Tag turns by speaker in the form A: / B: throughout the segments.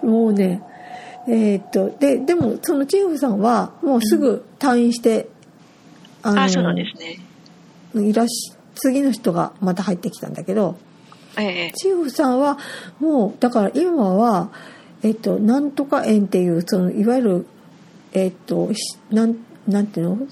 A: もうねえーっとででもそのチーフさんはもうすぐ退院して、あの
B: あ、そうなんですね。
A: いらし次の人がまた入ってきたんだけど
B: ええ
A: チーフさんはもうだから今はえっとなんとか園っていうそのいわゆるえっとしなんなんていうの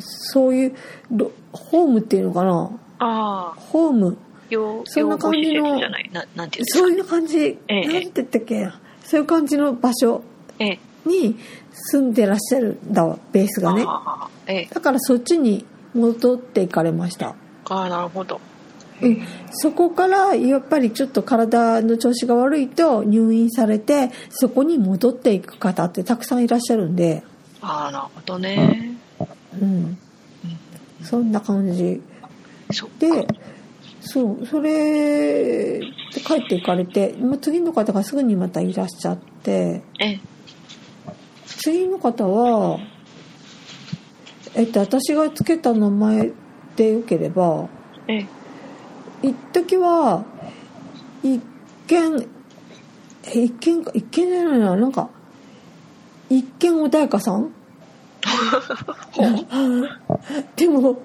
A: そういうろホームっていうのかな
B: ああ、
A: ホーム
B: 養
A: そん
B: 養
A: な
B: 護
A: 感
B: 施
A: じの
B: 設じゃない。ななんていうんです
A: そう。
B: か
A: いう感じ、
B: ええ
A: なんて言ったっけなそういう感じの場所
B: ええ。
A: に住んでらっしゃるんだわベースがね
B: ああ、ええ。
A: だからそっちに戻っていかれました
B: ああ、なるほど。
A: うん、そこからやっぱりちょっと体の調子が悪いと入院されてそこに戻っていく方ってたくさんいらっしゃるんで、
B: ああ、なるほどね。
A: うん、そんな感じ
B: そっか。
A: でそうそれで帰っていかれてまあ次の方がすぐにまたいらっしゃって
B: ええ。
A: 次の方は、えっと、私が付けた名前でよければ
B: え え。
A: 一時は一見え一見か一見じゃないななんか一見穏やかさんでも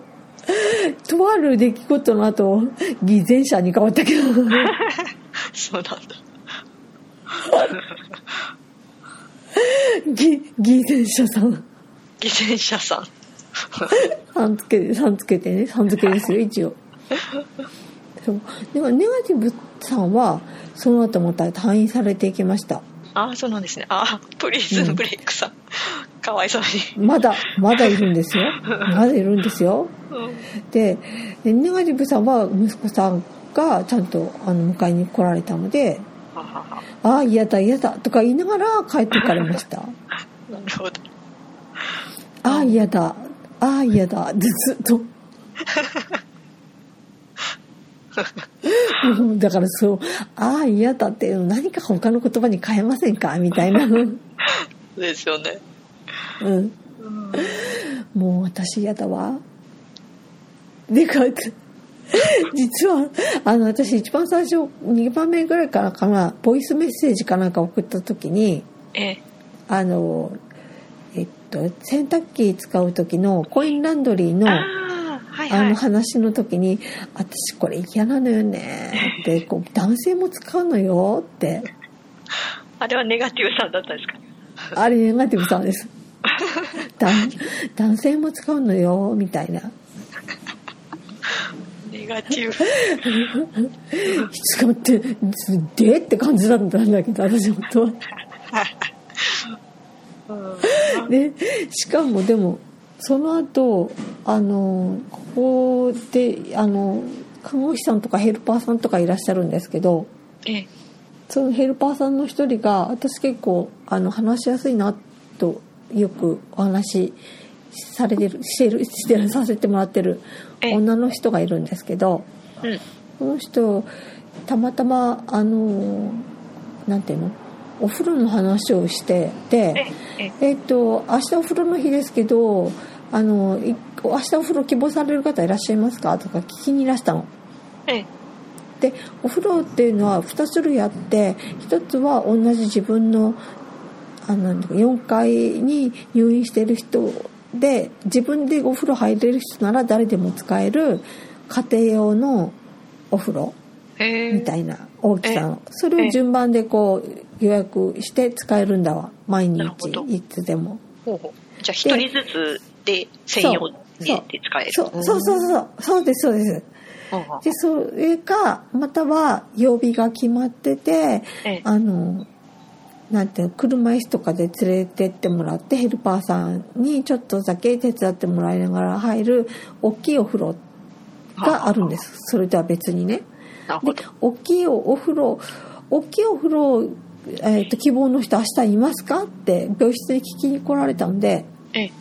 A: とある出来事の後偽善者に変わったけど
B: そうなんだ。
A: 偽偽善者さん
B: 偽善者さん。
A: さんつけさんつけてねさん付けですよ一応そうでもネガティブさんはその後また退院されていきました
B: ああ、そうなんですね。ああ、プリズンブレイクさん。かわいそうに。
A: まだまだいるんですよまだいるんですよ
B: うん
A: ででネガティブさんは息子さんがちゃんとあの迎えに来られたので
B: ははは
A: 「ああ嫌だ嫌だ」とか言いながら帰っていかれました「
B: なるほど。
A: ああ嫌だああ嫌だ」ずっと。 もうだからそう「ああ嫌だ」っていうの何か他の言葉に変えませんかみたいな、う
B: ですよね。
A: ん、
B: うん
A: もう私嫌だわ。でかって。実は、あの、私一番最初、2番目ぐらいからかな、ボイスメッセージかなんか送った時に、
B: ええ。
A: あの、えっと、洗濯機使う時のコインランドリーの、
B: あ
A: あ
B: あ、はいは
A: の
B: い。
A: 話の時に、私これ嫌なのよねって、こう、男性も使うのよって、
B: あれはネガティブさんだったんですか。
A: あれネガティブさん です。だ男性も使うのよ、みたいな。
B: ネガティブ。
A: 使ってすでって感じだったんだけど私本当は
B: うん
A: でしかもでもその後あのここであの看護師さんとかヘルパーさんとかいらっしゃるんですけど
B: ええ。
A: そのヘルパーさんの一人が私結構あの話しやすいなとよくお話しされてるしてるしてるさせてもらってる
B: ええ
A: 女の人がいるんですけど。
B: うん。
A: この人たまたまあのなんていうのお風呂の話をして
B: え
A: で
B: え。え
A: えっと明日お風呂の日ですけどあのい明日お風呂希望される方いらっしゃいますかとか聞きにいらしたの。
B: え。え
A: でお風呂っていうのは2種類あって1つは同じ自分のあのなんていうか4階に入院してる人で自分でお風呂入れる人なら誰でも使える家庭用のお風呂。
B: え。ええ
A: みたいな大きさのそれを順番でこう予約して使えるんだわ毎
B: なるほ
A: 日
B: ど
A: いつでも
B: ほうほうじゃあ一人ずつで専用にで使える。
A: そうそうそうそうそうですそうです
B: うんうん
A: でそれかまたは曜日が決まってて
B: ええ
A: あのなんていうの車椅子とかで連れてってもらってヘルパーさんにちょっとだけ手伝ってもらいながら入る大きいお風呂があるんで。すそれとは別にね
B: なるほ
A: で
B: ど。
A: 大きいお風呂大きいお風呂、えー、と希望の人明日いますかって病室に聞きに来られたんで
B: ええ。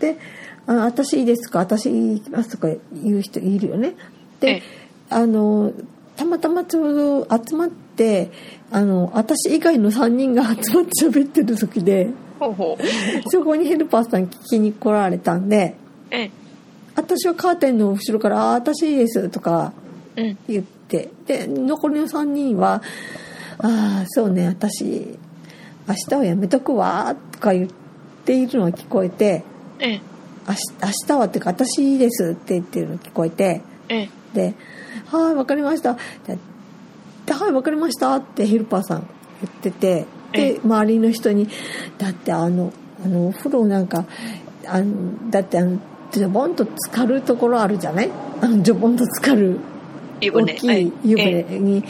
A: で「あ私いいですか私いきます」とか言う人いるよね。
B: え
A: で
B: え
A: あのたまたまちょうど集まってあの私以外の3人が集まって喋ってる時 で
B: ほうほう。
A: そこにヘルパーさん聞きに来られたんで
B: え
A: 「私はカーテンの後ろからあ私いいです」とか
B: え。うん。
A: 言ってで残りの3人は「ああそうね私明日はやめとくわ」とか言っているのが聞こえて
B: ええ
A: 「明日明日は」っていうか「私です」って言ってるのが聞こえて
B: ええ
A: で「はいわかりました」でではいわかりました」ってヘルパーさん言ってて
B: え
A: で周りの人に「だってあのあのお風呂なんかあのだってあのジョボンと浸かるところあるじゃないあのジョボンと浸かる
B: 湯
A: 大
B: 船
A: き
B: はい
A: い湯
B: え
A: 船
B: え
A: に、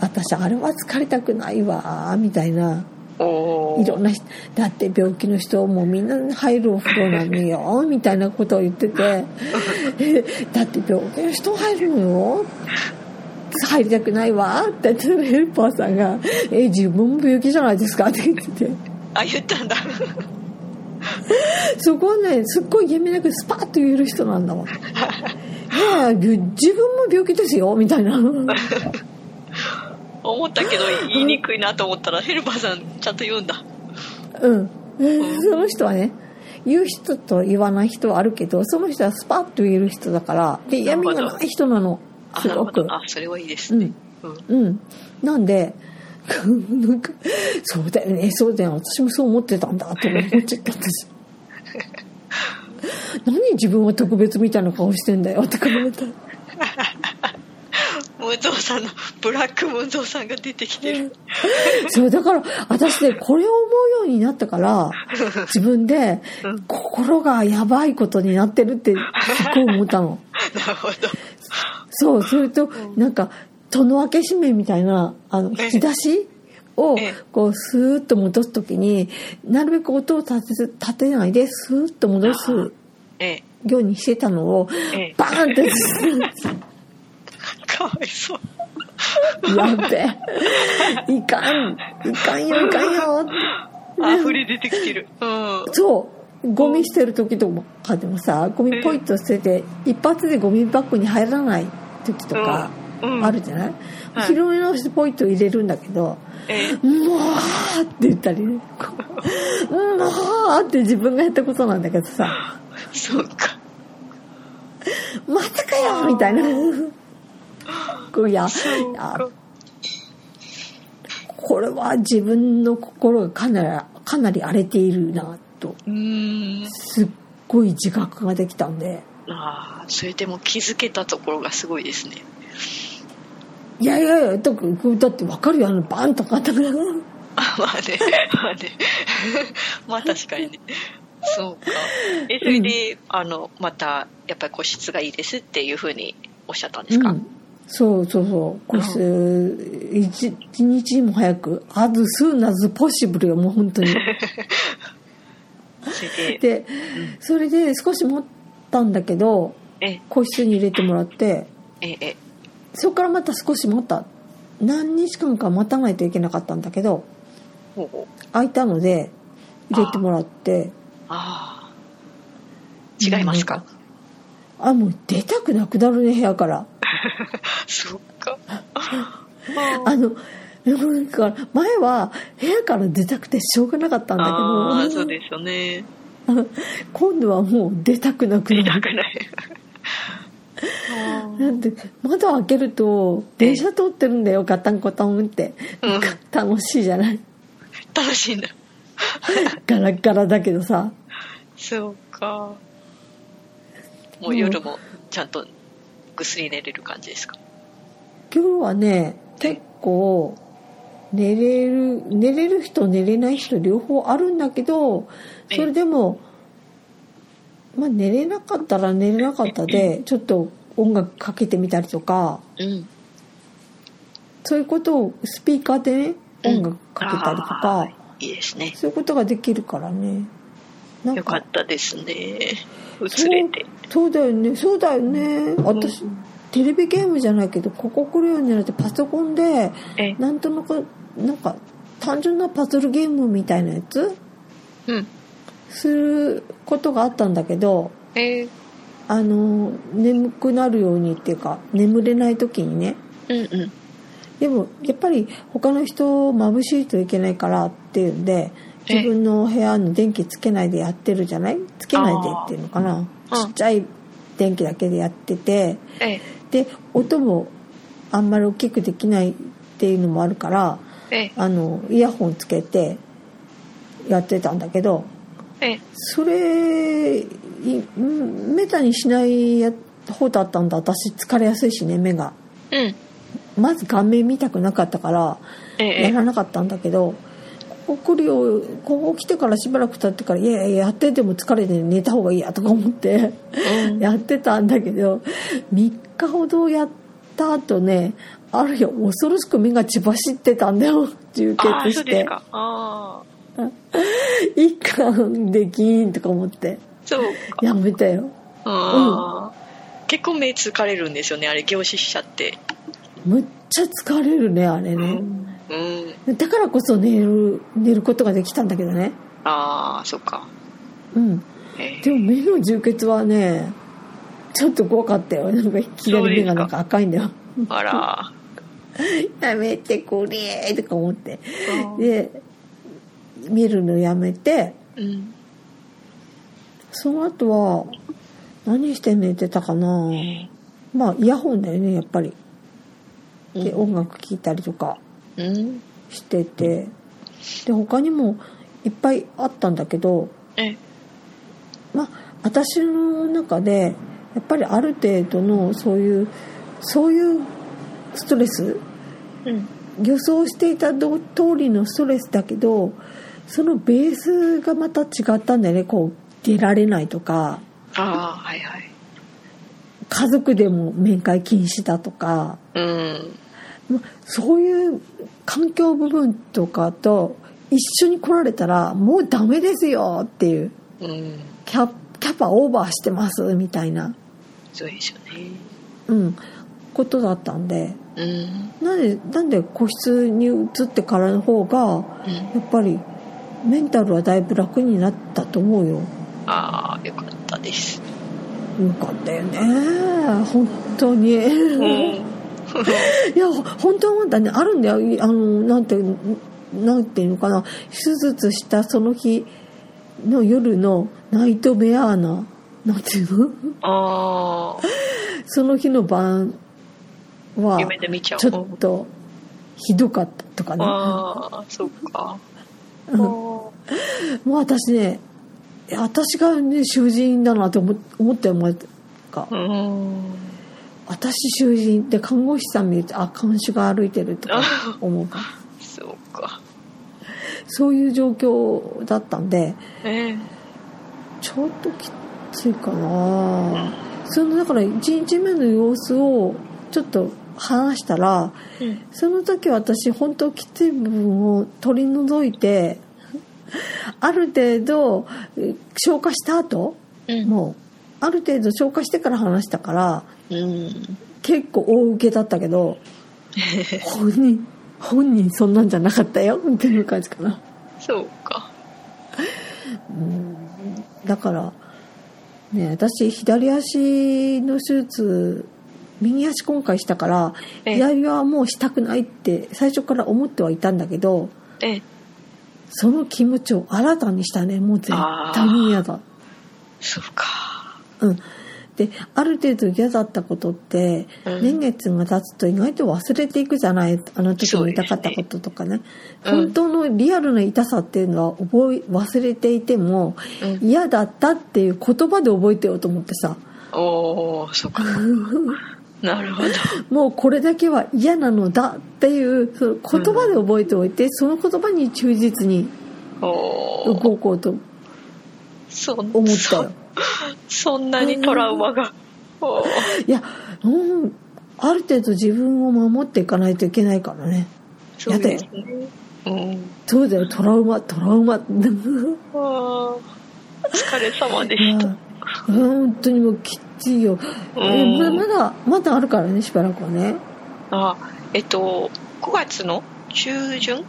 A: 私あれは疲れたくないわみたいな
B: おー
A: いろんな人だって病気の人もみんな入るお風呂なのよみたいなことを言ってて えだって病気の人入るのよ入りたくないわって言ってヘルパーさんが「え自分も病気じゃないですか」って言ってて
B: あ言ったんだ
A: そこはねすっごい厳めなくスパッと言える人なんだわ。ねえび自分も病気ですよみたいな。
B: 思ったけど言いにくいなと思ったらヘルパーさんちゃんと言うんだ
A: うん、 その人はね言う人と言わない人はあるけどその人はスパッと言える人だからで
B: なる
A: 闇
B: ほど
A: がない人なの
B: あ
A: す
B: なる
A: ご
B: ほ
A: く
B: どあそれはいいです
A: う
B: ね
A: ん
B: うん
A: うんなんで なんかそうだよねそうだよね私もそう思ってたんだって思っちゃった 私何自分は特別みたいな顔してんだよって考えた
B: ムンゾウさんのブラックムンゾウさんが出てきてる、
A: そうだから私ねこれを思うようになった から自分で
B: うん
A: 心がやばいことになってるってすっごい思ったの。
B: なるほど
A: そう、それと、なんか、戸の開け閉めみたいな、あの、
B: ええ
A: 引き出しを
B: ええ、
A: こう、スーッと戻すときに、なるべく音を立てず、立てないで、スーッと戻すよ
B: ええ
A: うにしてたのを
B: ええ、
A: バーンって、
B: かわいそう
A: やべえ。いかん、いかんよ、いかんよ。
B: あふれ出てきてるうん
A: そう。ゴミ捨てる時とかでもさ、ゴミポイッと捨てて、一発でゴミバッグに入らない時とか、
B: うんうん
A: あるじゃない、
B: はい
A: 拾い直してポイッと入れるんだけど、
B: ええ
A: もうって言ったりね。こうもうって自分がやったことなんだけどさ、
B: そうか
A: またかよみたいな。こういや、
B: そう
A: いや
B: か
A: これは自分の心がかなり、かなり荒れているなと、
B: うーん
A: すっごい自覚ができたんで、
B: ああそれでも気づけたところがすごいですね
A: いやいやいや、だってだってわかるよ、あの、バンとかあったから。
B: あまあねまあねまあ確かにねそうかえそれで、あのまたやっぱり個室がいいですっていうふうにおっしゃったんですか、
A: うんそうそうそう。これ、一一日も早く、あずすなずポッシブルよ、もう本当に。
B: それで
A: で、それで少し持ったんだけど、
B: え
A: 個室に入れてもらって、
B: ええ
A: そこからまた少し持った。何日間か待たないといけなかったんだけど、
B: ほうほう
A: 空いたので、入れてもらって、
B: ああ違いますか、
A: あ、もう出たくなくなるね、部屋から。
B: そっか
A: あの、なんか前は部屋から出たくてしょうがなかったん
B: ああ
A: だ
B: ー
A: け
B: そ
A: ど
B: う、ですよね
A: 今度はもう出たくなく
B: 出
A: な
B: た
A: る。
B: くない
A: なんで、窓開けると、電車通ってるんだよ、ガタンゴタンって。
B: うん
A: 楽しいじゃない
B: 楽しいんだ
A: ガラッガラだけどさ
B: そうかもう夜もちゃんとぐっすり寝れる感じですか
A: 今日はね結構寝れる寝れる人寝れない人両方あるんだけどそれでも、まあ、寝れなかったら寝れなかったでちょっと音楽かけてみたりとか
B: うん
A: そういうことをスピーカーでね
B: うん
A: 音楽かけたりとか、
B: いいですね
A: そういうことができるからねなん
B: よかったですね
A: そ
B: 映
A: う
B: れて
A: そうだよねそうだよね私、テレビゲームじゃないけどここ来るようになってパソコンで
B: え
A: なんとなくなんか単純なパズルゲームみたいなやつ
B: うん
A: することがあったんだけど
B: え
A: あの眠くなるようにっていうか眠れない時にね
B: うんうん
A: でもやっぱり他の人を眩しいといけないからっていうんで
B: え
A: 自分の部屋の電気つけないでやってるじゃないつけないでっていうのかな
B: あーうん
A: ちっちゃい電気だけでやってて
B: え
A: で音もあんまり大きくできないっていうのもあるから
B: え
A: あのイヤホンつけてやってたんだけど
B: え
A: それいめったにしないや方だったんだ私疲れやすいしね目が
B: うん
A: まず顔面見たくなかったから
B: え
A: や
B: え
A: らなかったんだけどここ来るよここ来てからしばらく経ってからいやいややってても疲れて寝た方がいいやとか思って。
B: うん
A: やってたんだけど3日ほどやった後ねある日恐ろしく目が血走ってたんだよ充
B: ああ
A: 血
B: そ
A: し
B: うです
A: て
B: かああ
A: 一貫でギーンとか思って
B: そうか
A: やめたよ
B: あー結構目疲れるんですよねあれ凝視しちゃって
A: むっちゃ疲れるねあれ
B: う
A: ね
B: ん、うん、
A: だからこそ寝る寝ることができたんだけどね
B: ああそうか
A: うん
B: え
A: でも目の充血はねちょっと怖かったよなんかいきなり目がなんか赤いんだよ
B: ー、あら
A: やめてくれーとか思って
B: ー
A: で見るのやめて
B: うん
A: その後は何して寝てたかなまあイヤホンだよねやっぱりで音楽聴いたりとか
B: うん
A: しててで他にもいっぱいあったんだけど
B: え
A: まあ私の中でやっぱりある程度のそういうそういうストレス
B: うん
A: 予想していた通りのストレスだけどそのベースがまた違ったんだよねこう出られないとか
B: ああはいはい
A: 家族でも面会禁止だとか、
B: うん
A: まそういう環境部分とかと一緒に来られたらもうダメですよっていう
B: うん
A: キャキャパオーバーしてますみたいな、
B: そうですよね
A: うん、ことだったんで
B: うん
A: なんでなんで個室に移ってからの方が
B: う
A: や
B: ん
A: っぱりメンタルはだいぶ楽になったと思うよ。
B: ああよかったです
A: よかったよね本当に。
B: うん
A: いや、本当はまだね、あるんだよ。いあの、なんて、なんていうのかな。手術したその日の夜のナイトベアーな、なんていうの
B: あ
A: その日の晩
B: あ
A: は、
B: 夢で見ちゃう
A: ちょっと、ひどかったとかね。
B: ああそうか
A: うんも
B: おー
A: う私ね、いや私がね、囚人だなと思思ったよ、まか
B: う。ん
A: 私囚人って看護師さん見ると、あ、看守が歩いてるとか思うから。
B: そうか
A: そういう状況だったんで、
B: ええ
A: ちょっときついかなそのだから1日目の様子をちょっと話したら
B: うん
A: その時私本当きつい部分を取り除いてある程度え消化した後
B: うん
A: もうある程度消化してから話したから
B: うん
A: 結構大受けだったけ ど本人本人そんなんじゃなかったよっていう感じかな。
B: そうか
A: うんだから、ね、私左足の手術右足今回したから
B: ええ
A: 左はもうしたくないって最初から思ってはいたんだけど
B: ええ
A: その気持ちを新たにしたねもう絶対に嫌だ。
B: そうか
A: うん、である程度嫌だったことって、
B: うん
A: 年月が経つと意外と忘れていくじゃないあの時
B: そう
A: に
B: です
A: 痛
B: ね
A: かったこととかね
B: うん
A: 本当のリアルな痛さっていうのは覚え忘れていても、
B: うん
A: 嫌だったっていう言葉で覚えてようと思ってさ
B: おお そうかなるほど
A: もうこれだけは嫌なのだっていうその言葉で覚えておいて、その言葉に忠実に
B: おお
A: 動こうと
B: そ
A: 思っ
B: そ
A: たよ。
B: そんなにトラウマがおー
A: いや、うん、ある程度自分を守っていかないといけないからね。
B: そうですねうん
A: そうだよ、トラウマ、トラウマ。
B: あーお疲れ様で
A: いや
B: した
A: 本当にもうきついよ。
B: うん
A: ままだ、まだあるからね、しばらくはね。
B: あえっと5月の中旬っ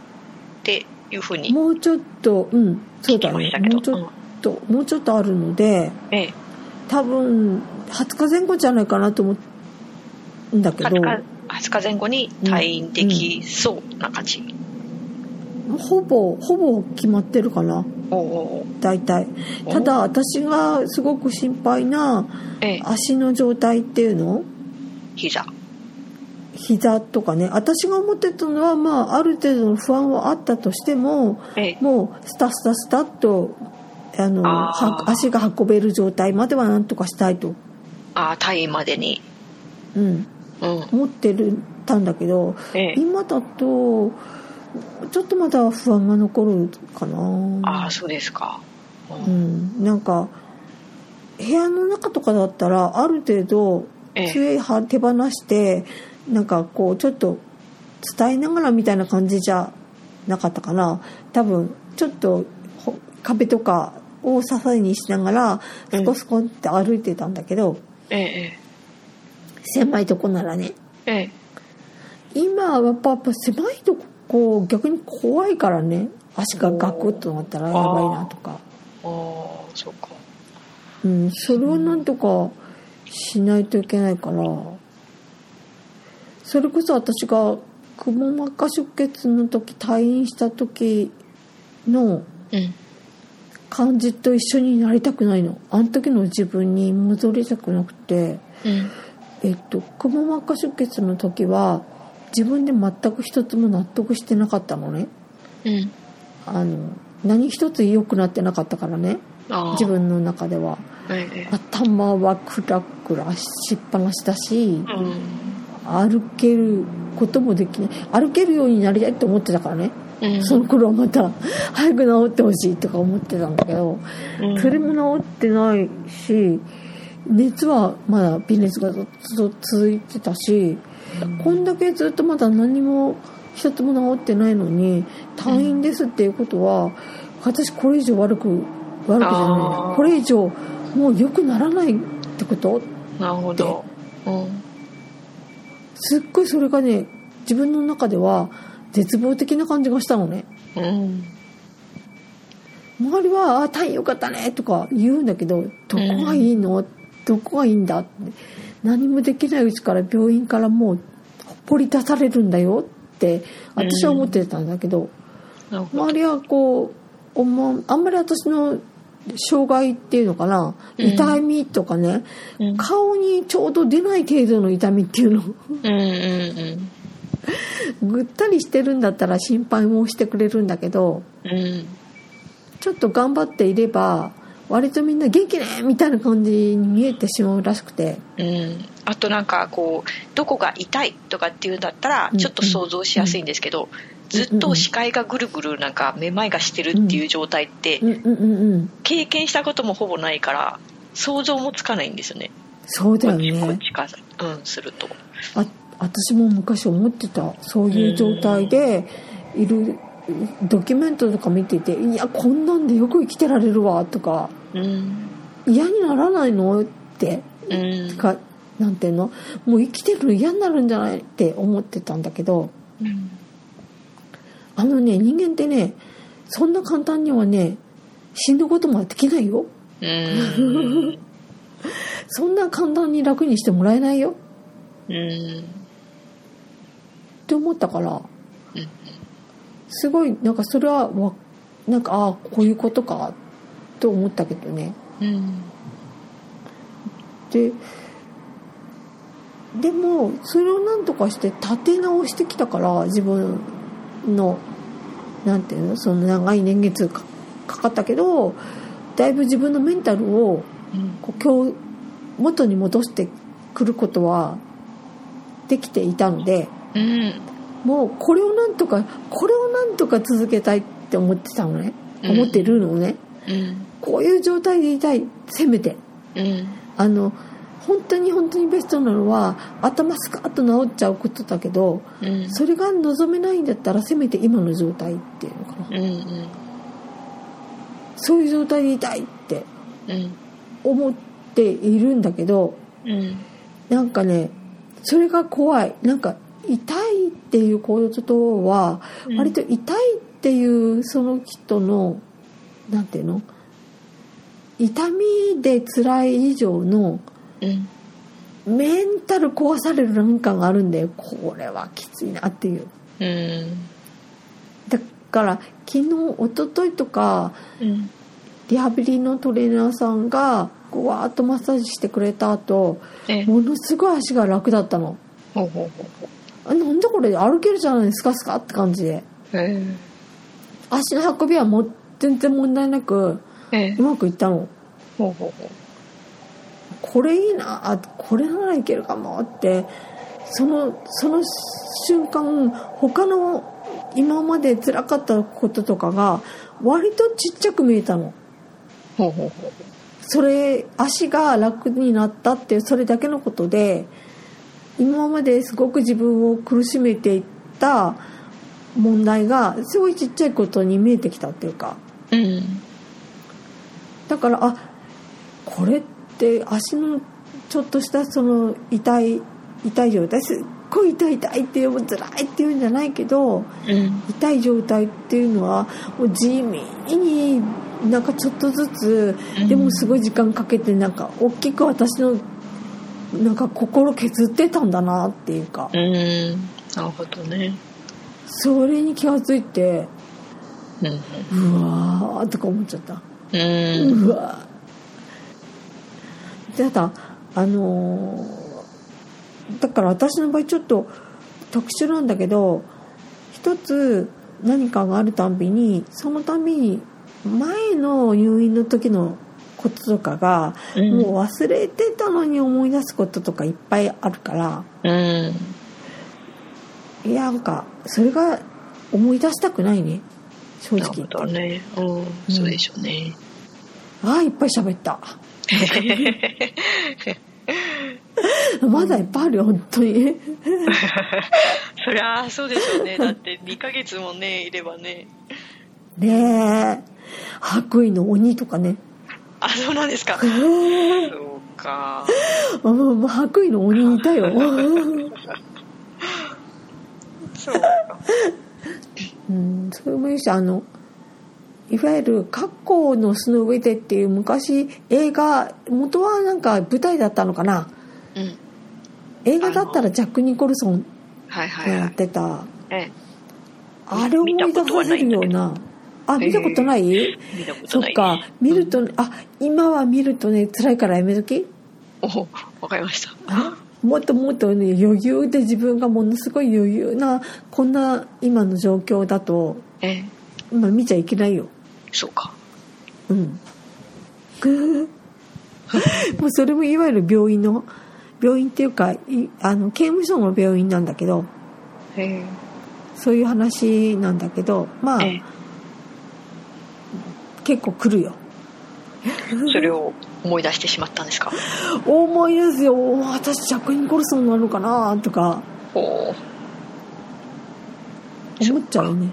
B: ていうふうに
A: もうちょっと、うん、そう
B: 聞き
A: だ
B: ま
A: ね
B: した。けど
A: もうちょっと、もうちょっとあるので、
B: うんええ
A: 多分、20日前後じゃないかなと思うんだけど、
B: 20日20日前後に退院できそうな感じ、
A: ほぼ、ほぼ決まってるかな、
B: おお
A: 大体。
B: お
A: ただ、私がすごく心配な
B: ええ
A: 足の状態っていうの
B: 膝
A: 膝とかね私が思ってたのは、まあ、ある程度の不安はあったとしても
B: ええ
A: もうスタスタスタっとあの
B: あー
A: は足が運べる状態まではなんとかしたいと、
B: ああ退院までに
A: うん、
B: うん
A: 思ってるたんだけど
B: ええ
A: 今だとちょっとまだ不安が残るかな
B: ああそうですか、うん
A: うん、なんか部屋の中とかだったらある程度
B: ええ
A: 杖は手放してなんかこうちょっと伝えながらみたいな感じじゃなかったかな多分ちょっとほ壁とかを支えにしながら
B: うん
A: スコスコって歩いてたんだけど、
B: ええ
A: 狭いとこならね
B: ええ
A: 今はやっぱやっぱ狭いとこ逆に怖いからね足がガクッとなったらやばいなとか。
B: ああそうか
A: うん、それをなんとかしないといけないからそれこそ私がくも膜下出血の時退院した時の
B: うん
A: 感じと一緒になりたくないのあの時の自分に戻りたくなくて
B: うん
A: えっとくも膜下出血の時は自分で全く一つも納得してなかったのね
B: うん
A: あの何一つ良くなってなかったからね
B: ああ
A: 自分の中では。
B: ええ
A: 頭はクラクラしっぱなしだし
B: うん
A: 歩けることもできない歩けるようになりたいと思ってたからね、
B: うん
A: その頃はまた早く治ってほしいとか思ってたんだけど、
B: うん
A: それも治ってないし熱はまだ微熱がずっと続いてたし、こんだけずっとまだ何も一つも治ってないのに退院ですっていうことは、私これ以上悪く悪くじゃ
B: あ
A: な
B: ー
A: いこれ以上もう良くならないってこと
B: なるほどうん
A: すっごいそれがね自分の中では絶望的な感じがしたのね
B: うん
A: 周りは「あー太陽よかったね」とか言うんだけど「どこがいいの、どこがいいんだ」って何もできないうちから病院からもう掘り出されるんだよって私は思ってたんだけど、
B: なるほど
A: 周りはこうおもあんまり私の障害っていうのかな
B: うん
A: 痛みとかね、
B: うん
A: 顔にちょうど出ない程度の痛みっていうの
B: うんうん
A: ぐったりしてるんだったら心配もしてくれるんだけど
B: うんうん
A: ちょっと頑張っていれば割とみんな元気ねみたいな感じに見えてしまうらしくて
B: うん、あとなんかこうどこが痛いとかっていうんだったら
A: うん
B: ちょっと想像しやすいんですけど、ずっと視界がぐるぐるなんかめまいがしてるっていう状態って
A: うんうんうんうん
B: 経験したこともほぼないから想像もつかないんですよね
A: そうだ
B: こ
A: よ
B: っちこっ
A: ね
B: ちから、うん、すると
A: あ私も昔思ってたそういう状態でいるドキュメントとか見てていやこんなんでよく生きてられるわとか
B: うん
A: 嫌にならないのって
B: うん
A: かなんていうのもう生きてるの嫌になるんじゃないって思ってたんだけど
B: うん
A: あのね人間ってねそんな簡単にはね死ぬこともできないよ
B: うん
A: そんな簡単に楽にしてもらえないよ
B: うん
A: って思ったから
B: うん
A: すごいなんかそれはわなんかああこういうことかと思ったけどね
B: うん
A: ででもそれをなんとかして立て直してきたから自分のなんていうのその長い年月かかかったけどだいぶ自分のメンタルを
B: うん
A: こう今日元に戻してくることはできていたので
B: うん
A: もうこれをなんとかこれをなんとか続けたいって思ってたのね
B: うん
A: 思ってるのね、
B: うん
A: こういう状態でいたいせめて
B: うん
A: あの本当に本当にベストなのは頭スカッと治っちゃうことだけど
B: うん
A: それが望めないんだったらせめて今の状態っていうのかな
B: うん
A: そういう状態でいたいって
B: うん
A: 思っているんだけど
B: うん
A: なんかねそれが怖いなんか痛いっていうことは
B: うん
A: 割と痛いっていうその人のなんていうの痛みで辛い以上の
B: うん
A: メンタル壊されるなんかがあるんでこれはきついなっていう
B: うん
A: だから昨日一昨日とか
B: うん
A: リハビリのトレーナーさんがこうわーっとマッサージしてくれた後
B: ええ
A: ものすごい足が楽だったの
B: ほうほうほうほ
A: あなんだこれ歩けるじゃないですかスカって感じで
B: え
A: 足の運びはもう全然問題なく
B: ええ
A: うまくいったの
B: ほうほうほう
A: これいいなあこれならいけるかもってそのその瞬間他の今まで辛かったこととかが割とちっちゃく見えたの
B: ほうほうほう
A: それ足が楽になったっていうそれだけのことで今まですごく自分を苦しめていった問題がすごいちっちゃいことに見えてきたっていうか
B: うん
A: だからあこれって足のちょっとしたその痛い痛い状態すっごい痛い痛いっていう辛いっていうんじゃないけど
B: うん
A: 痛い状態っていうのはもう地味になんかちょっとずつ
B: うん
A: でもすごい時間かけてなんか大きく私のなんか心削ってたんだなっていうか
B: うんなるほどね
A: それに気がついて
B: うん
A: うわーとか思っちゃった
B: うん
A: うわーただあのーだから私の場合ちょっと特殊なんだけど一つ何かがあるたんびにそのたんびに前の入院の時のこととかが、
B: うん
A: もう忘れてたのに思い出すこととかいっぱいあるから
B: うん
A: いやなんかそれが思い出したくないね正
B: な
A: 直
B: るほ
A: 言って
B: どねうんそうでしょうね
A: ああいっぱい喋った。まだいっぱいあるよ本当に。
B: そりゃあそうでしょう ねだって2ヶ月もねいればね
A: ねえ白衣の鬼とかね
B: あそうなんですか
A: え
B: そうか
A: あもうもう白衣の鬼いたよ
B: そうか
A: うんそれもいいしあのいわゆる「格好の巣の上で」っていう昔映画元はなんか舞台だったのかな
B: うん
A: 映画だったらジャック・ニコルソン
B: はいは
A: が
B: いは
A: やっ
B: い
A: てた
B: え
A: あれを思い出させるようなあ見
B: 見た
A: た
B: こ
A: こと
B: と
A: な、
B: ないえ見たこと
A: そ
B: な
A: っ
B: い
A: か見ると、あ今は見るとね辛いからやめとき
B: おわかりました
A: もっともっと、ね、余裕で自分がものすごい余裕なこんな今の状況だと、
B: ええ
A: まあ、見ちゃいけないよ
B: そうか
A: うん もうそれもいわゆる病院の病院っていうかいあの刑務所の病院なんだけど
B: ええ
A: そういう話なんだけどまあ、
B: ええ
A: 結構来るよ
B: それを思い出してしまったんですか
A: 思い出すよおー私ジャック・ニコルソンなのかなとか
B: おお
A: 思っちゃうよね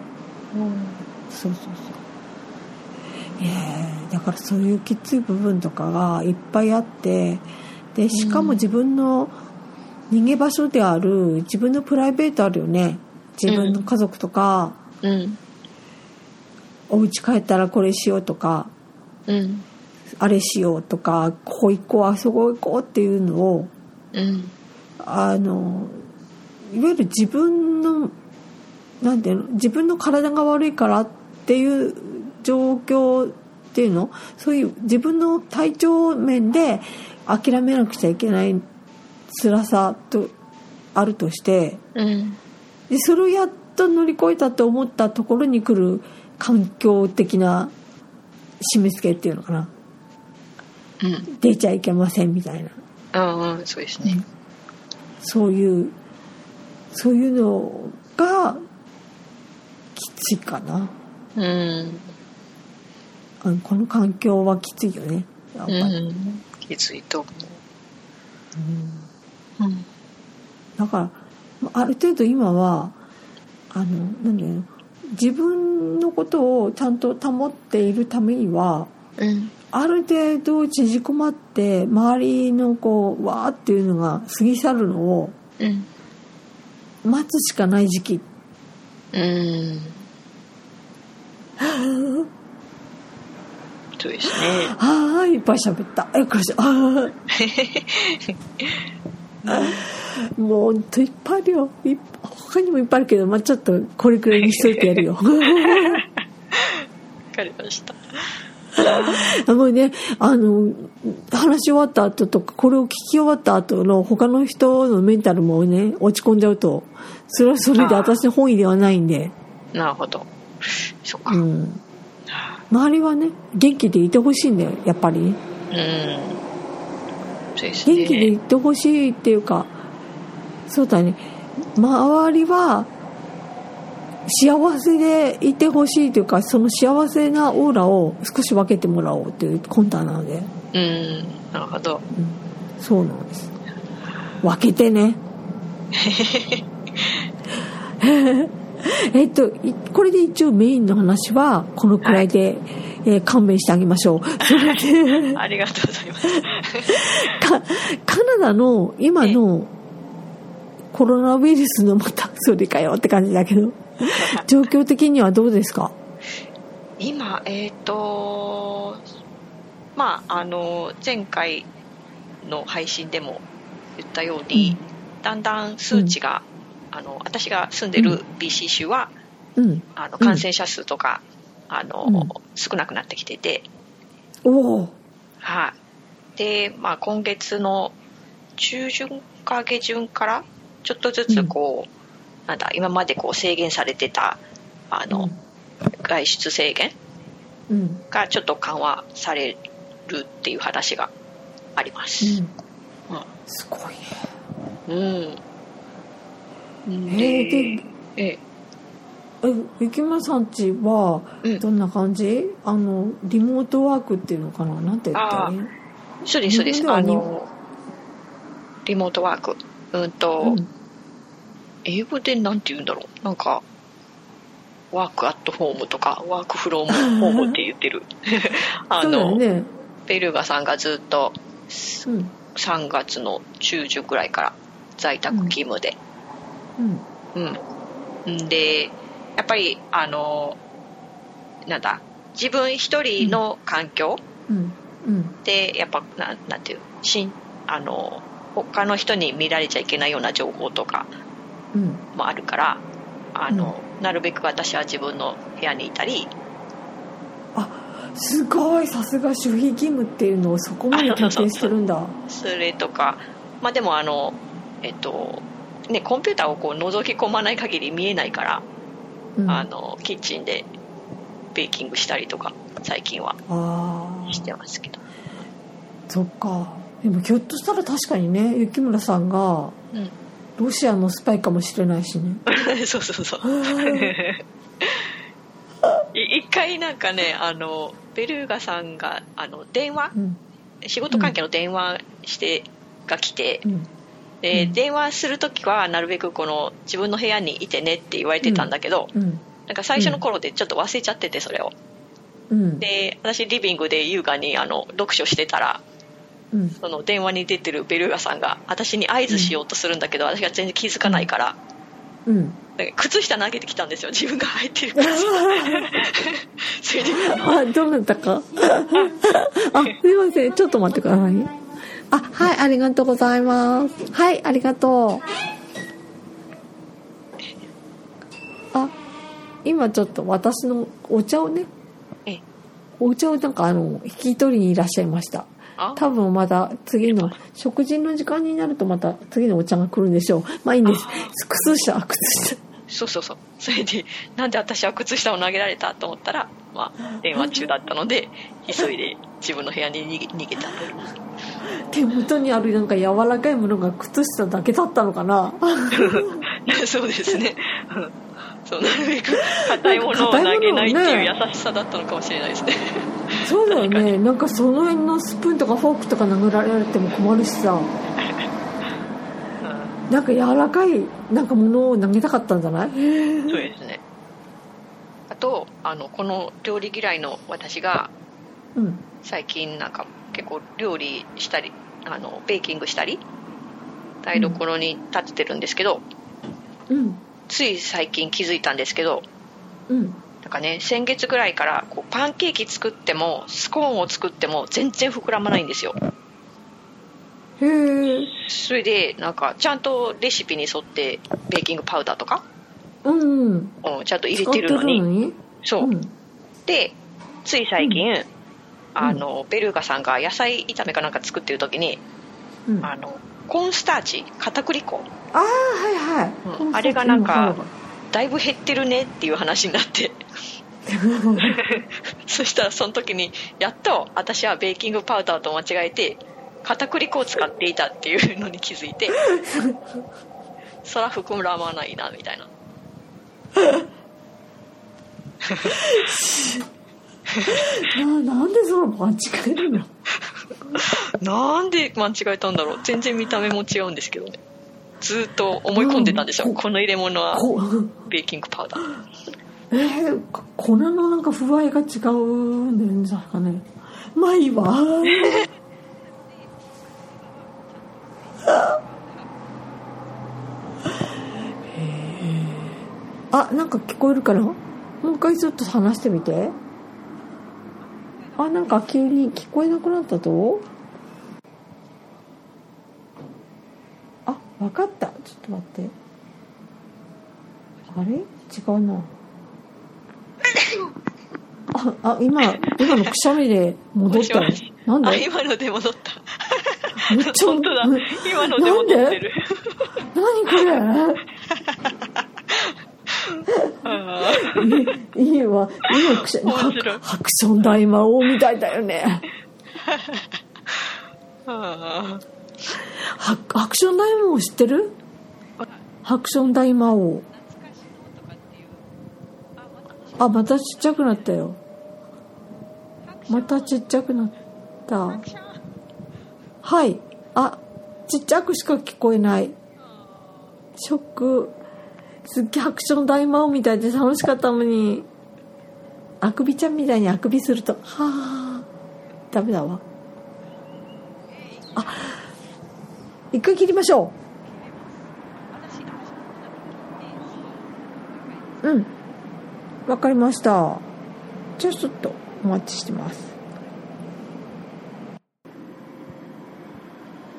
B: うん
A: そうそうそういやーだからそういうきつい部分とかがいっぱいあってでしかも自分の逃げ場所である自分のプライベートあるよね自分の家族とか、
B: うん
A: お家帰ったらこれしようとか
B: うん
A: あれしようとかここ行こうあそこ行こうっていうのを
B: うん
A: あのいわゆる自分のなんていうの自分の体が悪いからっていう状況っていうのそういう自分の体調面で諦めなくちゃいけない辛さとあるとして
B: うん
A: でそれをやっと乗り越えたと思ったところに来る環境的な締め付けっていうのかな
B: うん
A: 出ちゃいけませんみたいな。
B: ああそうですね
A: そういうそういうのがきついかな
B: うん
A: あのこの環境はきついよねやっぱり、
B: うんきついと思
A: うん
B: ううん
A: だからまあある程度今はあの何だろう自分のことをちゃんと保っているためには
B: うん
A: ある程度縮こまって周りのこうわーっていうのが過ぎ去るのを
B: うん
A: 待つしかない時期
B: うんそうですね
A: ああいっぱい喋ったよくしあー もうほんといっぱいあるよいっ他にもいっぱいあるけど、まあ、 ちょっとこれくらいにしといてやるよ
B: わかりました
A: もうね、あの、話し終わった後とか、これを聞き終わった後の他の人のメンタルもね、落ち込んじゃうと、それはそれで
B: あー
A: 私の本意ではないんで、
B: なるほど。そっか。
A: う
B: うん。
A: ん。周りはね、元気でいてほしいんだよ、やっぱりね。
B: そうですね。
A: 元気でいってほしいっていうか、そうだね、周りは、幸せでいてほしいというか、その幸せなオーラを少し分けてもらおうという魂胆なので。
B: うん。なるほど。
A: そうなんです。分けてね。 えっと、いこれで一応メインの話はこのくらいで、えー勘弁してあげましょう。それで、
B: ありがとうございます。
A: かカナダの今のコロナウイルスのまたそれかよって感じだけど、状況的にはどうですか
B: 今、えっ、と、まあ、あの、前回の配信でも言ったように、だんだん数値が、あの、私が住んで
A: うん
B: る BC 州は、
A: うん。
B: あの、感染者数とか、あの、
A: うん
B: 少なくなってきてて、
A: おお。
B: はい、で、まあ、今月の中旬か下旬からちょっとずつこう、なんだ今までこう制限されてたあの、外出制限
A: うん。うん。
B: がちょっと緩和されるっていう話がありま
A: う
B: す。
A: ん。すごいね。
B: うん。
A: えー、で、
B: え
A: え、
B: え
A: 雪間さんちは
B: うん
A: どんな感じ、あのリモートワークっていうのかななんて言ったらいいの
B: そうですそうで
A: 日
B: す。
A: 本
B: あ
A: では
B: のリモートワーク。うんと、
A: うん
B: 英語でなんて言うんだろうなんかワークアットホームとかワーク フロームホームって言ってるあ
A: そうだ
B: の、
A: よね、
B: ベルガさんがずっと
A: うんうん
B: 3月の中旬くらいから在宅勤務でうん、んでやっぱりあのなんだ自分一人の環境
A: うんうん
B: でやっぱなんなんていうしんあの他の人に見られちゃいけないような情報とか
A: うん
B: もあるからあの、なるべく私は自分の部屋にいたり
A: すごいさすが守秘義務っていうのをそこまで徹底してるんだ
B: それとかまあでもあのえっとねコンピューターをこう覗き込まない限り見えないから、
A: うん
B: あのキッチンでベーキングしたりとか最近は
A: あー
B: してま すけど、
A: そっかでもひょっとしたら確かにね雪村さんが
B: うん、
A: ロシアのスパイかもしれないし ね
B: そうそうそう
A: あー
B: い一回なんかねあのベルーガさんがあの電話
A: うん
B: 仕事関係の電話して、が来て
A: うん
B: で、
A: うん
B: 電話する時はなるべくこの自分の部屋にいてねって言われてたんだけど、
A: うん
B: なんか最初の頃でちょっと忘れちゃっててそれを
A: うん
B: で私リビングで優雅にあの読書してたら
A: うん
B: その電話に出てるベルーガさんが私に合図しようとするんだけど、私が全然気づかないから
A: うん
B: なんか靴下投げてきたんですよ自分が履いてる靴 下それで
A: あ、どうなった か。あ、すいません。ちょっと待ってください。あ、はい、ありがとうございます。はい、ありがとう。あ、今ちょっと私のお茶をね、
B: え
A: お茶をなんかあの、引き取りにいらっしゃいました。
B: あ
A: 多分まだ次の食事の時間になるとまた次のお茶が来るんでしょう。まあいいんです。靴下、靴下。
B: そうそうそうそれでなんで私は靴下を投げられたと思ったら、まあ、電話中だったので急いで自分の部屋に逃げ逃げたという
A: 手元にあるなんか柔らかいものが靴下だけだったのかな。
B: そうですね。 うんそうなるべく硬いものを投げないっていう優しさだったのかもしれないですね。
A: そうだよね なんかその辺のスプーンとかフォークとか殴られても困るしさなんか柔らかいなんかものを投げたかったんじゃない
B: うんそうですね。あとあのこの料理嫌いの私が
A: うん
B: 最近なんか結構料理したりあのベーキングしたり台所に立ててるんですけど、
A: うん
B: つい最近気づいたんですけど。
A: うん
B: なんかね、先月ぐらいからこうパンケーキ作ってもスコーンを作っても全然膨らまないんですよ
A: へえ
B: それでなんかちゃんとレシピに沿ってベーキングパウダーとか、
A: うんうん
B: うん、ちゃんと入れてるの
A: 使って
B: に
A: るのに
B: そう、
A: うん
B: でつい最近、あの、ベルーガさんが野菜炒めかなんか作ってる時に、
A: うん、あ
B: あのコーンスターチ片栗粉
A: あはいはい、
B: うん
A: コンサート
B: あれがなんか
A: 今
B: だいぶ減ってるねっていう話になって
A: そう だ
B: そしたらその時にやっと私はベーキングパウダーと間違えて片栗粉を使っていたっていうのに気づい てそら膨らまないなみたいな
A: ななんでその間違えるの
B: なんで間違えたんだろう全然見た目も違うんですけどねずーっと思い込んでたんでしょ、
A: うん
B: この入れ物は
A: こ
B: ベーキングパウダー
A: えー、粉のなんか不合が違うんですかねまあいいわへーあなんか聞こえるかなもう一回ちょっと話してみてあなんか急に聞こえなくなったとあわかったちょっと待ってあれ違う なああ今今のくしゃみで戻った
B: もしもし
A: なん
B: あ
A: で
B: 今ので戻った
A: めっちゃ
B: 本当だ
A: な
B: 今ので戻ってる
A: 何こ
B: あ
A: れいいわ今くしゃみ
B: 面白い
A: ハクハクション大魔王みたいだよね
B: ーあ
A: ハクハクション大魔王知ってるハクション大魔王あまたちっちゃくなったよまたちっちゃくなったはいあちっちゃくしか聞こえないショックすっげえハクション大魔王みたいで楽しかったのにあくびちゃんみたいにあくびするとはあダメだわ一回切りましょううんわかりましたじゃあちょっとお待ちしてます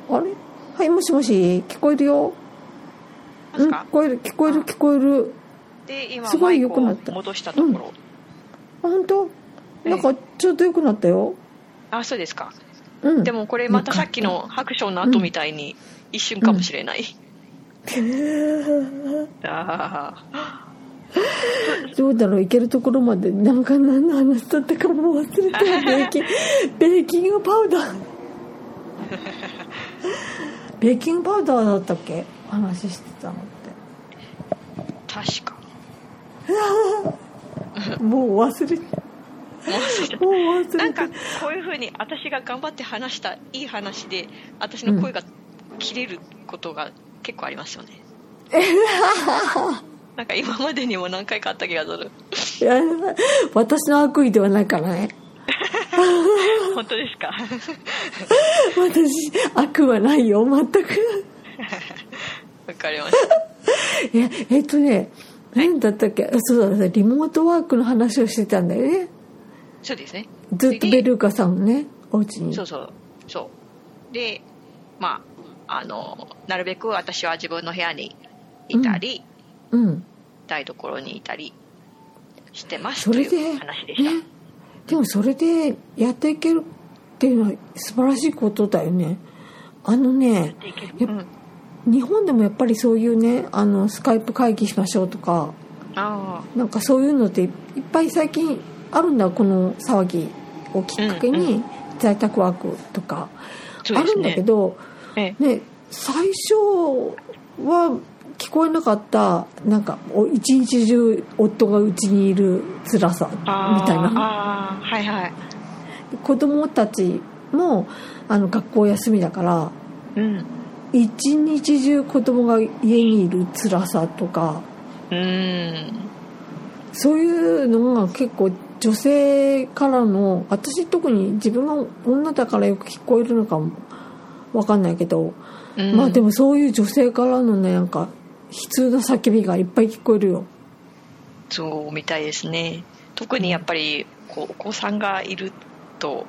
A: あれはいもしもし聞こえるよ
B: ー
A: う
B: な
A: 聞
B: んんか
A: こえる聞こえる聞こえる
B: で今
A: すごい良くな
B: マ
A: っ
B: イ
A: た
B: クを戻したところ、
A: あ本当なんかちょっと良くなったよ
B: あそうですか
A: うん
B: でもこれまたさっきのハクションの後みたいに一瞬かもしれない、ああ
A: どうだろう行けるところまでなんか何の話だったかもう忘れ たよベーキンベーキングパウダーベーキングパウダーだったっけ話してたのっ
B: 確 か
A: てもう忘れも
B: もう忘れちゃっ
A: う忘
B: たな
A: れ
B: ん
A: て
B: かこういうふうに私が頑張って話したいい話で私の声が切れることが結構ありますよ ね、なんか今までにも何回かあった気がする
A: いや私の悪意ではないからね
B: 本当で すか
A: 私悪はないよ全く
B: わかりました
A: いやえっとね何だったっけそうだリモートワークの話をしてたんだよね
B: そうですね
A: ずっとベルーカさんをねお家に
B: そうそうそうでまああのなるべく私は自分の部屋にいたり、
A: うん
B: 台所にいたりしてます
A: そ
B: と
A: れ
B: い
A: で
B: う話でした、
A: ね、でもそれでやっていけるっていうのは素晴らしいことだよねあのね
B: できる
A: やっ
B: うん、
A: 日本でもやっぱりそういうねあのスカイプ会議しましょうとか
B: あ
A: なんかそういうのっていっぱい最近あるんだこの騒ぎをきっかけ
B: うん
A: に在宅ワークとか
B: あ
A: あるんだけど、
B: ええ
A: ね最初は聞こえなかったなんかお一日中夫がうちにいる辛さみ
B: あー
A: たいな。
B: あーはいはい
A: 子供たちもあの学校休みだから
B: うんう
A: 一日中子供が家にいる辛さとか
B: ーん
A: そういうのが結構女性からの私特に自分が女だからよく聞こえるのかもわかんないけど、
B: うん
A: まあでもそういう女性からのねなんか悲痛な叫びがいっぱい聞こえるよ。
B: そうみたいですね特にやっぱりこうお子さんがいると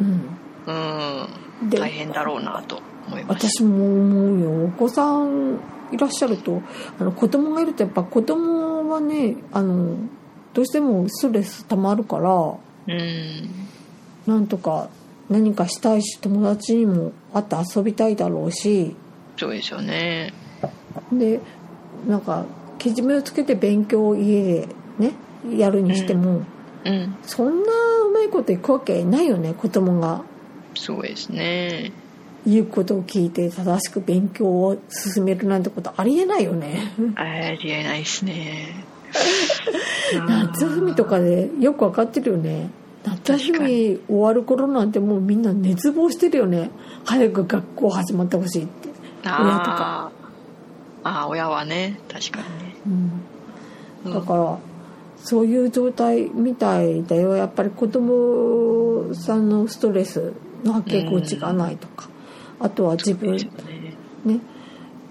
A: うん、
B: うん
A: で
B: 大変だろうなと思います
A: 私も思うよお子さんいらっしゃるとあの子供がいるとやっぱ子供はねあのどうしてもストレス溜まるから
B: うん
A: なんとか何かしたいし友達にも会って遊びたいだろうし
B: そうですよね
A: でなんかけじめをつけて勉強を家でねやるにしても、
B: うん
A: そんなうまいこといくわけないよね子供が
B: そうですね
A: 言うことを聞いて正しく勉強を進めるなんてことありえないよね
B: ありえないですね
A: 夏休みとかでよくわかってるよね夏休
B: 確か
A: み終わる頃なんてもうみんな熱望してるよね早く学校始まってほしいって
B: 親
A: 親と
B: あーあー親はね確かにね、
A: うん
B: うん
A: だから、そういう状態みたいだよやっぱり子供さんのストレスの発揮口がないとか、あとは自分
B: そうですよね
A: ね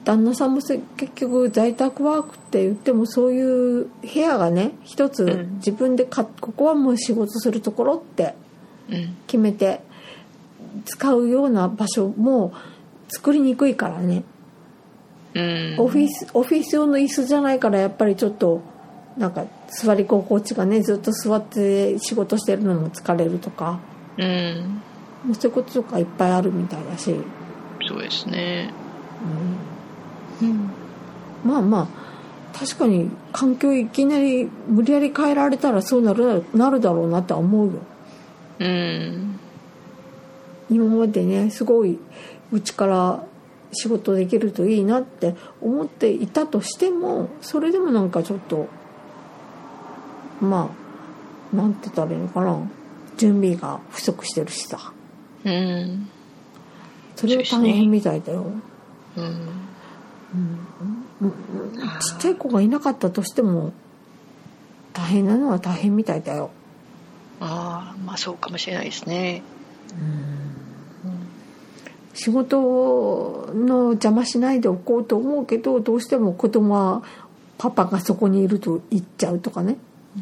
A: 旦那さんもせ結局在宅ワークって言ってもそういう部屋がね一つ
B: うん
A: 自分でかここはもう仕事するところって
B: うん
A: 決めて使うような場所も作りにくいからね
B: うん
A: オフィスオフィス用の椅子じゃないからやっぱりちょっとなんか座り心地がねずっと座って仕事してるのも疲れるとか
B: うん
A: もうそういうこととかいっぱいあるみたいだし、
B: そうですね
A: うんまあまあ確かに環境いきなり無理やり変えられたらそうなるなるだろうなとは思うよ
B: うん
A: 今までねすごいうちから仕事できるといいなって思っていたとしてもそれでもなんかちょっとまあなんて言ったらいいのかな準備が不足してるしさ
B: うん
A: それは大変みたいだよ、
B: う
A: う
B: ん
A: んちっちゃい子がいなかったとしても大変なのは大変みたいだよ
B: ああまあそうかもしれないですね
A: 仕事の邪魔しないでおこうと思うけどどうしても子供はパパがそこにいると言っちゃうとかね、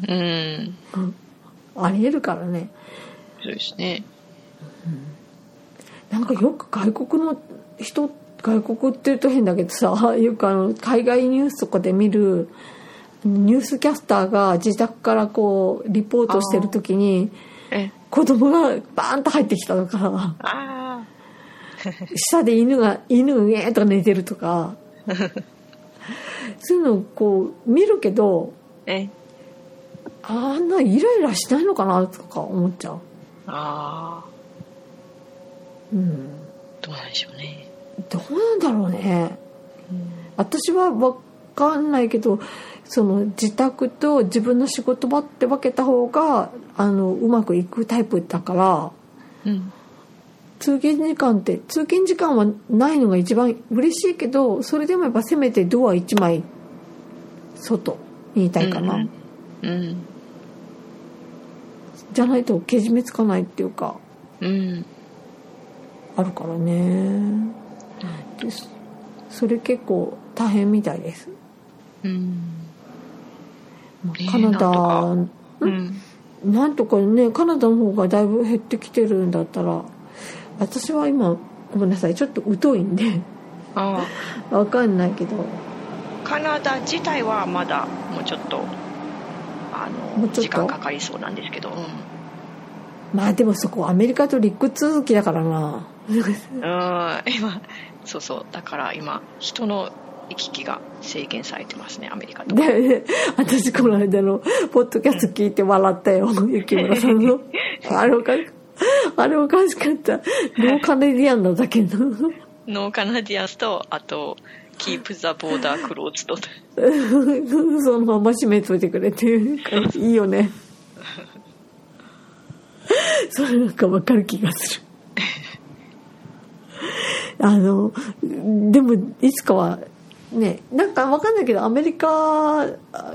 B: うん
A: うんありえるからね
B: そうですね
A: なんかよく外国の人外国って言うと変だけどさ よくあの海外ニュースとかで見るニュースキャスターが自宅からこうリポートしてる時に
B: え
A: 子供がバーンと入ってきたとか
B: あ
A: 下で犬が「犬うえ」とか寝てると かそういうのをこう見るけど
B: あえ
A: あんなイライラしないのかなとか思っちゃう、
B: ああ
A: うん、
B: どうなんでしょうね
A: どうなんだろうね私は分かんないけどその自宅と自分の仕事場って分けた方があのうまくいくタイプだから
B: うん
A: 通勤時間って通勤時間はないのが一番嬉しいけどそれでもやっぱせめてドア1枚外にいたいかな、
B: うんうん
A: じゃないとけじめつかないっていうか
B: うん
A: あるからねですそれ結構大変みたいです
B: うん
A: まあ
B: えー
A: カナダ
B: なんうん
A: なんとかねカナダの方がだいぶ減ってきてるんだったら私は今ごめんなさいちょっと疎いんで
B: ああ
A: わかんないけど
B: カナダ自体はまだもうちょっとあ
A: も
B: の
A: うちょっと
B: 時間かかりそうなんですけど、う
A: まあでもそこアメリカとリック続きだからな
B: ん、うん今そうそうだから今人の行き来が制限されてますねアメリカとか
A: で私この間のポッドキャスト聞いて笑ったよ雪村さん のあれおかしあれおかしかったローカネディアンなだけど
B: ノーカナディアンスとあとキープ・ザ・ボーダー・クローズと
A: そのまま締めといてくれっていうからいいよね それなんかわかる気がする あのでもいつかはねなんかわかんないけどアメリカ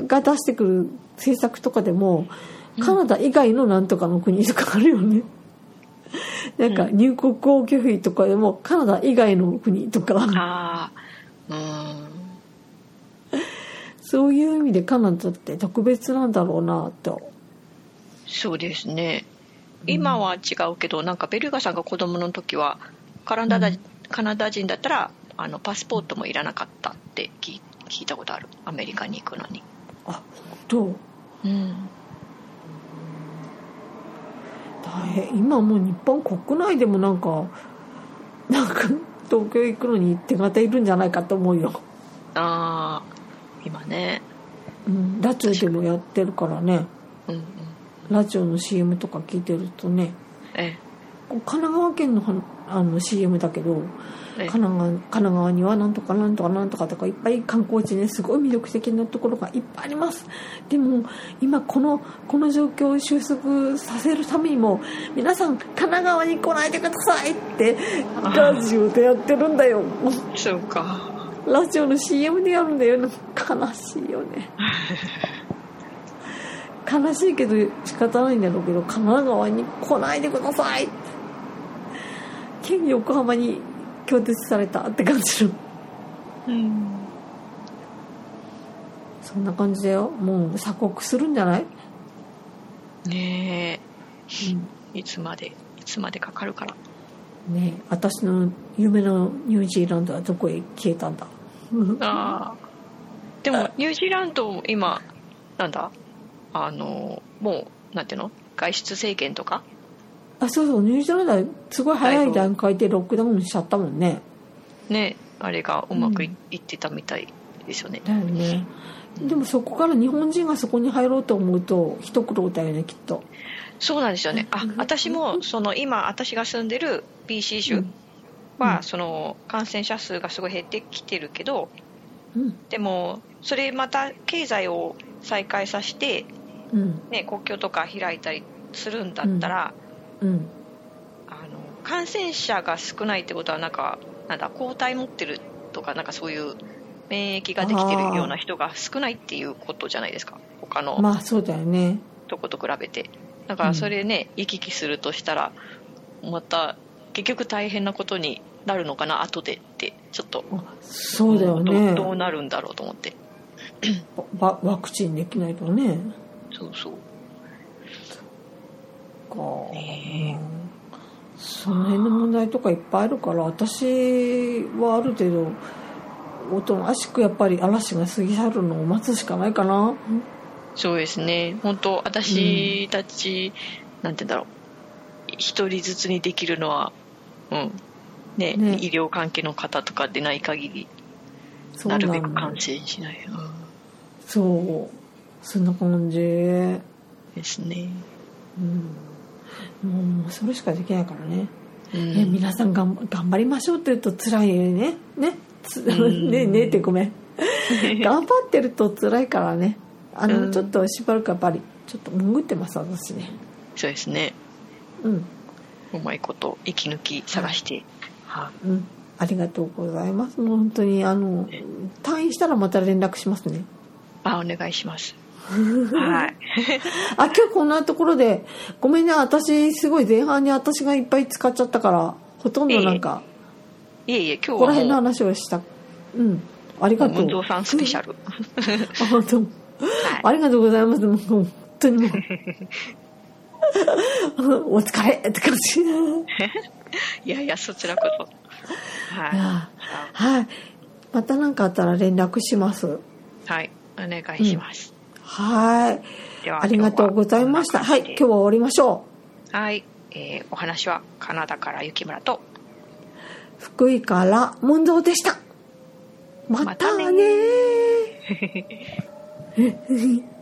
A: が出してくる政策とかでもカナダ以外のなんとかの国とかあるよね、なんか入国を拒否とかでもカナダ以外の国とか
B: ああうん
A: そういう意味でカナダって特別なんだろうなと。
B: そうですね今は違うけどなんかベルガさんが子供の時はカナダだ、
A: うん
B: カナダ人だったらあのパスポートもいらなかったって聞い聞いたことあるアメリカに行くのに
A: あ、どう
B: うん
A: だへ今もう日本国内でもなんかなんか東京行くのに手形いるんじゃないかと思うよ、
B: ああ今ね
A: うん、ラジオでもやってるからね
B: うんうん
A: ラジオの CM とか聞いてるとね
B: え
A: こう神奈川県のはあの CM だけど
B: ええ
A: 神奈川神奈川にはなんとかなんとかなんとかとかいっぱい観光地ねすごい魅力的なところがいっぱいありますでも今このこの状況を収束させるためにも皆さん神奈川に来ないでくださいってラジオでやってるんだよ
B: えそうか
A: ラジオの CM でやるんだよなんか悲しいよね悲しいけど仕方ないんだろうけど神奈川に来ないでください県横浜に拒絶されたって感じの
B: うん
A: そんな感じだよもう鎖国するんじゃない、
B: ねえいつまでいつまでかかるから
A: ねえ私の夢のニュージーランドはどこへ消えたんだ
B: ああでもニュージーランドも今なんだあのもうなんていうの外出制限とか
A: あそうそうニュージーランドはすごい早い段階でロックダウンしちゃったもんね
B: ねあれがうまくい,、
A: うん
B: ってたみたいですよね
A: だよねでもそこから日本人がそこに入ろうと思うと一苦労だよねきっと
B: そうなんですよねあ
A: うん
B: 私もその今私が住んでる BC
A: う
B: 州
A: んう
B: は
A: ん
B: その感染者数がすごい減ってきてるけど
A: うん
B: でもそれまた経済を再開させて、
A: うん
B: ね、国境とか開いたりするんだったら、
A: うん
B: あの感染者が少ないってことはなんかなんだ抗体持ってるとかなんかそういう免疫ができてるような人が少ないっていうことじゃないですか他の
A: まあそうだよね
B: とこと比べてだからそれね、行き来するとしたらまた結局大変なことになるのかな後でってちょっと
A: あそうだよね
B: どどうなるんだろうと思って
A: ワワクチンできないとね
B: そうそう
A: か
B: ね
A: その辺の問題とかいっぱいあるから私はある程度おとなしくやっぱり嵐が過ぎ去るのを待つしかないかな
B: そうですね本当私たち、なんて言うんだろう一人ずつにできるのはうんね
A: ね
B: 医療関係の方とかでない限り
A: そう
B: な
A: だ
B: る
A: よ
B: べく感染しない、うん、
A: そうそんな感じ
B: ですね、
A: うん、もうそれしかできないからね、
B: う
A: ね
B: ん、
A: 皆さんがん頑張りましょうって言うと辛いよねねつ
B: ん
A: ねねってごめん頑張ってると辛いからねあの、
B: うん
A: ちょっとしばらくやっぱりちょっと潜ってます私ね
B: そうですね
A: うん
B: うまいこと息抜き探して、は
A: うんありがとうございますもう本当にあの退院したらまた連絡しますね
B: あお願いしますはい
A: あ今日こんなところでごめんね私すごい前半に私がいっぱい使っちゃったからほとんどなんか
B: いえいえ今
A: ここら
B: 日
A: 辺の
B: はも
A: 話をしたうんあり
B: う
A: がとう
B: 文蔵さんスペシャル、
A: あ本当
B: はい、
A: ありがとうございます。もう本当にも う。お疲れって感じ。
B: いやいやそちらこそはいい
A: やはい。また何かあったら連絡します。
B: はいお願いします、
A: はい。
B: では
A: ありがとうございました。はい。今日は終わりましょう。
B: 日ははい、えーお話はカナダから雪村と
A: 福井から文蔵でした。またね
B: またね
A: ー。